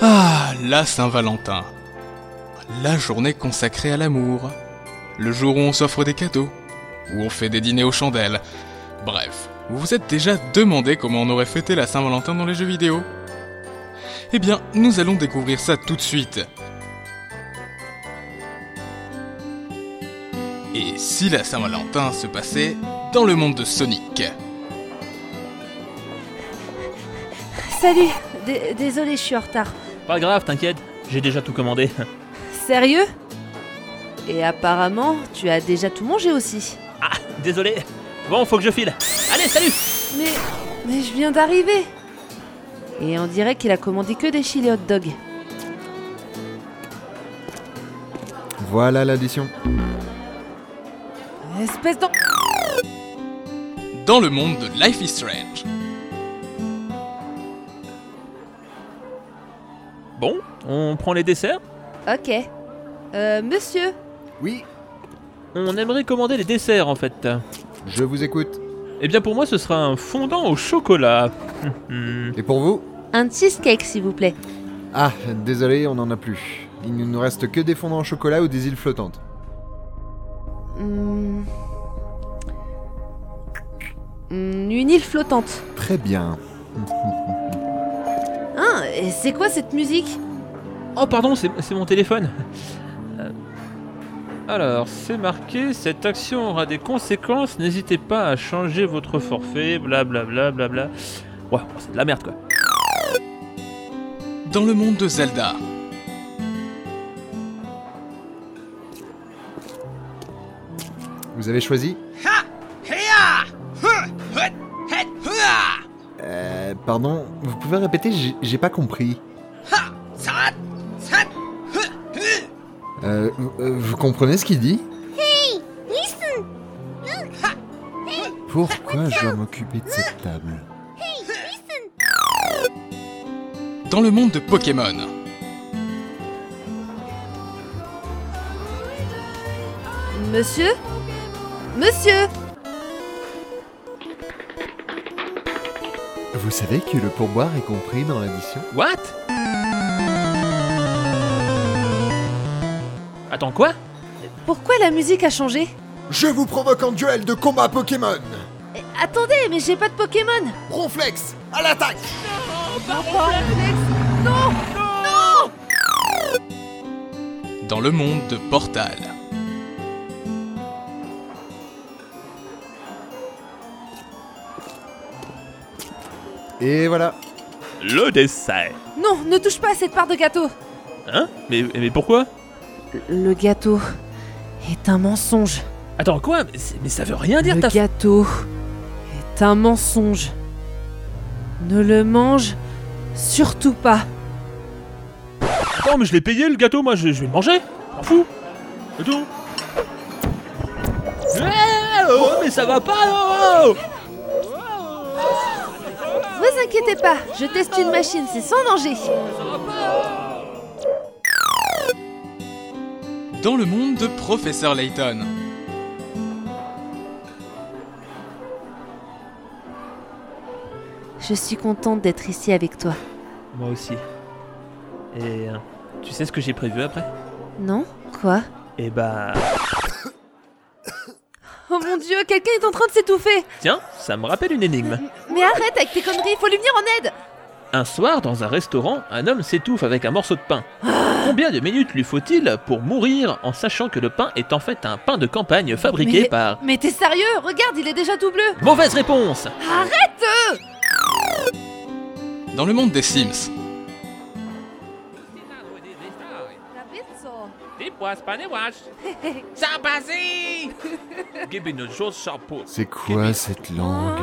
Ah, la Saint-Valentin. La journée consacrée à l'amour. Le jour où on s'offre des cadeaux. Où on fait des dîners aux chandelles. Bref, vous vous êtes déjà demandé comment on aurait fêté la Saint-Valentin dans les jeux vidéo Eh bien, nous allons découvrir ça tout de suite. Et si la Saint-Valentin se passait dans le monde de Sonic Salut Dé- Désolé, je suis en retard. Pas grave, t'inquiète, j'ai déjà tout commandé. Sérieux Et apparemment, tu as déjà tout mangé aussi. Ah, désolé. Bon, faut que je file. Allez, salut Mais. Mais je viens d'arriver Et on dirait qu'il a commandé que des chili hot dogs. Voilà l'addition. Espèce d'en... Dans le monde de Life is Strange Bon, on prend les desserts Ok. Euh, monsieur Oui, On aimerait commander les desserts en fait. je vous écoute. Eh bien pour moi ce sera un fondant au chocolat. Hum, hum. Et pour vous Un cheesecake, s'il vous plaît. Ah, désolé, on n'en a plus. Il ne nous reste que des fondants au chocolat ou des îles flottantes. Hmm. Hmm, Une île flottante. Très bien. Hein Et c'est quoi cette musique oh pardon, c'est c'est mon téléphone. Euh, Alors, c'est marqué, cette action aura des conséquences, n'hésitez pas à changer votre forfait, blablabla. Bla bla bla. Ouais, c'est de la merde quoi. Dans le monde de Zelda Vous avez choisi Euh, pardon, vous pouvez répéter, j'ai- j'ai pas compris. Euh, vous- euh, vous comprenez ce qu'il dit Pourquoi je dois m'occuper de cette table Dans le monde de Pokémon Monsieur Monsieur Vous savez que le pourboire est compris dans l'addition What Attends quoi Pourquoi la musique a changé Je vous provoque en duel de combat Pokémon Eh, Attendez, mais j'ai pas de Pokémon Ronflex, à l'attaque Dans le monde de Portal Et voilà, Le dessert Non, ne touche pas à cette part de gâteau Hein mais, mais pourquoi Le gâteau est un mensonge. Attends, quoi mais, c'est- mais ça veut rien dire le ta... gâteau est un mensonge. Ne le mange surtout pas. Attends, mais je l'ai payé le gâteau, moi, je, je vais le manger T'en fous C'est tout Eh, oh, mais ça va pas oh, Vous inquiétez pas, je teste une machine, c'est sans danger. Dans le monde de Professeur Layton Je suis contente d'être ici avec toi. Moi aussi. Et euh, tu sais ce que j'ai prévu après Non Quoi Eh bah... Oh mon dieu, quelqu'un est en train de s'étouffer Tiens, ça me rappelle une énigme. Mais arrête avec tes conneries, il faut lui venir en aide Un soir, dans un restaurant, un homme s'étouffe avec un morceau de pain. Combien de minutes lui faut-il pour mourir en sachant que le pain est en fait un pain de campagne fabriqué Mais- par... Mais t'es sérieux Regarde, il est déjà tout bleu Mauvaise réponse Dans le monde des Sims c'est quoi cette langue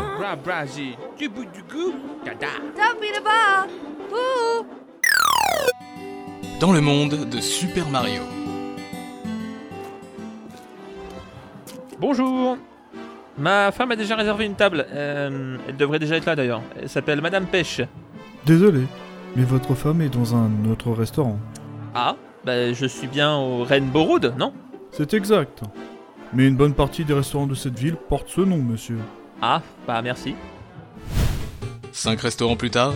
Ah. Dans le monde de Super Mario Bonjour Ma femme a déjà réservé une table. Euh, elle devrait déjà être là d'ailleurs. Elle s'appelle Madame Pêche. Désolé, mais votre femme est dans un autre restaurant. Ah Bah je suis bien au Rainbow Road, non C'est exact. Mais une bonne partie des restaurants de cette ville portent ce nom, monsieur. Ah, bah merci. 5 restaurants plus tard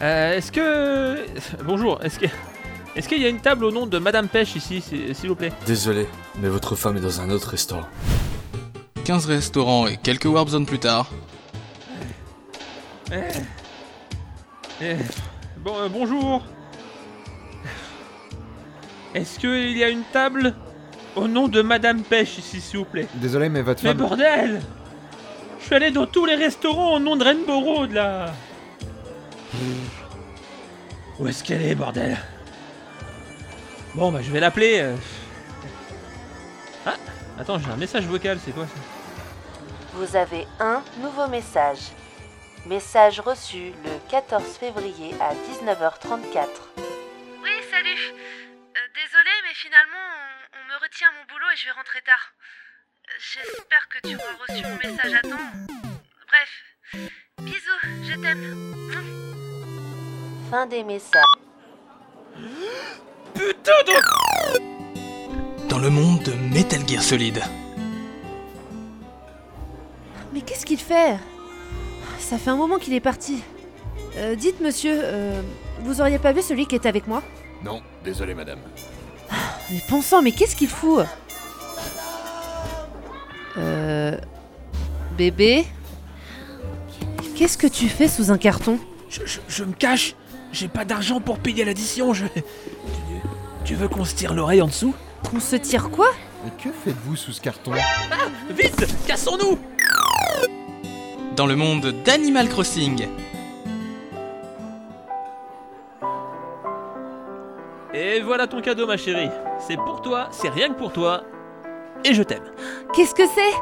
Euh, est-ce que. Bonjour, est-ce que. Est-ce qu'il y a une table au nom de Madame Pêche ici, s'il s'il vous plaît Désolé, mais votre femme est dans un autre restaurant. 15 restaurants et quelques Warp Zones plus tard. Eh, Bon, euh, bonjour. Est-ce qu'il y a une table au nom de Madame Pêche ici, s'il vous plaît Désolé, mais votre Mais femme. bordel Je suis allé dans tous les restaurants au nom de Rainbow Road, là Où est-ce qu'elle est, bordel Bon, bah, je vais l'appeler. euh. Ah Attends, j'ai un message vocal, c'est quoi ça Vous avez un nouveau message. Message reçu le 14 février à 19h34. Oui, salut. Euh, Désolée, mais finalement, on, on me retient mon boulot et je vais rentrer tard. Euh, J'espère que tu auras reçu mon message à temps. Bref, bisous, je t'aime. Fin des messages. Dans le monde de Metal Gear Solid. Mais qu'est-ce qu'il fait Ça fait un moment qu'il est parti. Euh, dites, monsieur, euh, vous auriez pas vu celui qui était avec moi Non, désolé madame. Mais bon sang, mais qu'est-ce qu'il fout Euh. Bébé Qu'est-ce que tu fais sous un carton Je, je- je me cache, j'ai pas d'argent pour payer l'addition, je... Tu, tu veux qu'on se tire l'oreille en dessous On se tire quoi Mais que faites-vous sous ce carton Vite Cassons-nous Dans le monde d'Animal Crossing. Et voilà ton cadeau, ma chérie. C'est pour toi, c'est rien que pour toi. Et je t'aime. Qu'est-ce que c'est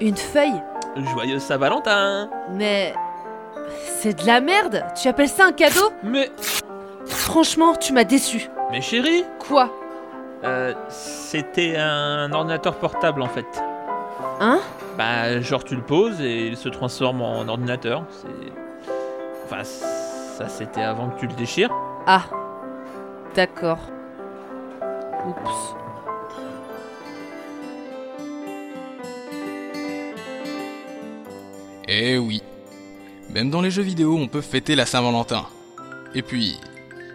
Une feuille Joyeux Saint-Valentin Mais. C'est de la merde Tu appelles ça un cadeau Mais... Franchement, tu m'as déçu. Mais chérie Quoi Euh, c'était un ordinateur portable en fait. Hein Bah, genre tu le poses et il se transforme en ordinateur. C'est. Enfin, ça c'était avant que tu le déchires. Ah. D'accord. Oups. Eh oui. Même dans les jeux vidéo, on peut fêter la Saint-Valentin. Et puis,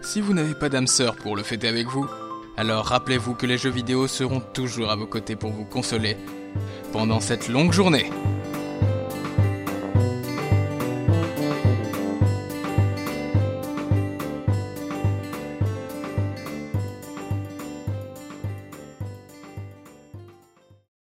si vous n'avez pas d'âme sœur pour le fêter avec vous, alors rappelez-vous que les jeux vidéo seront toujours à vos côtés pour vous consoler pendant cette longue journée.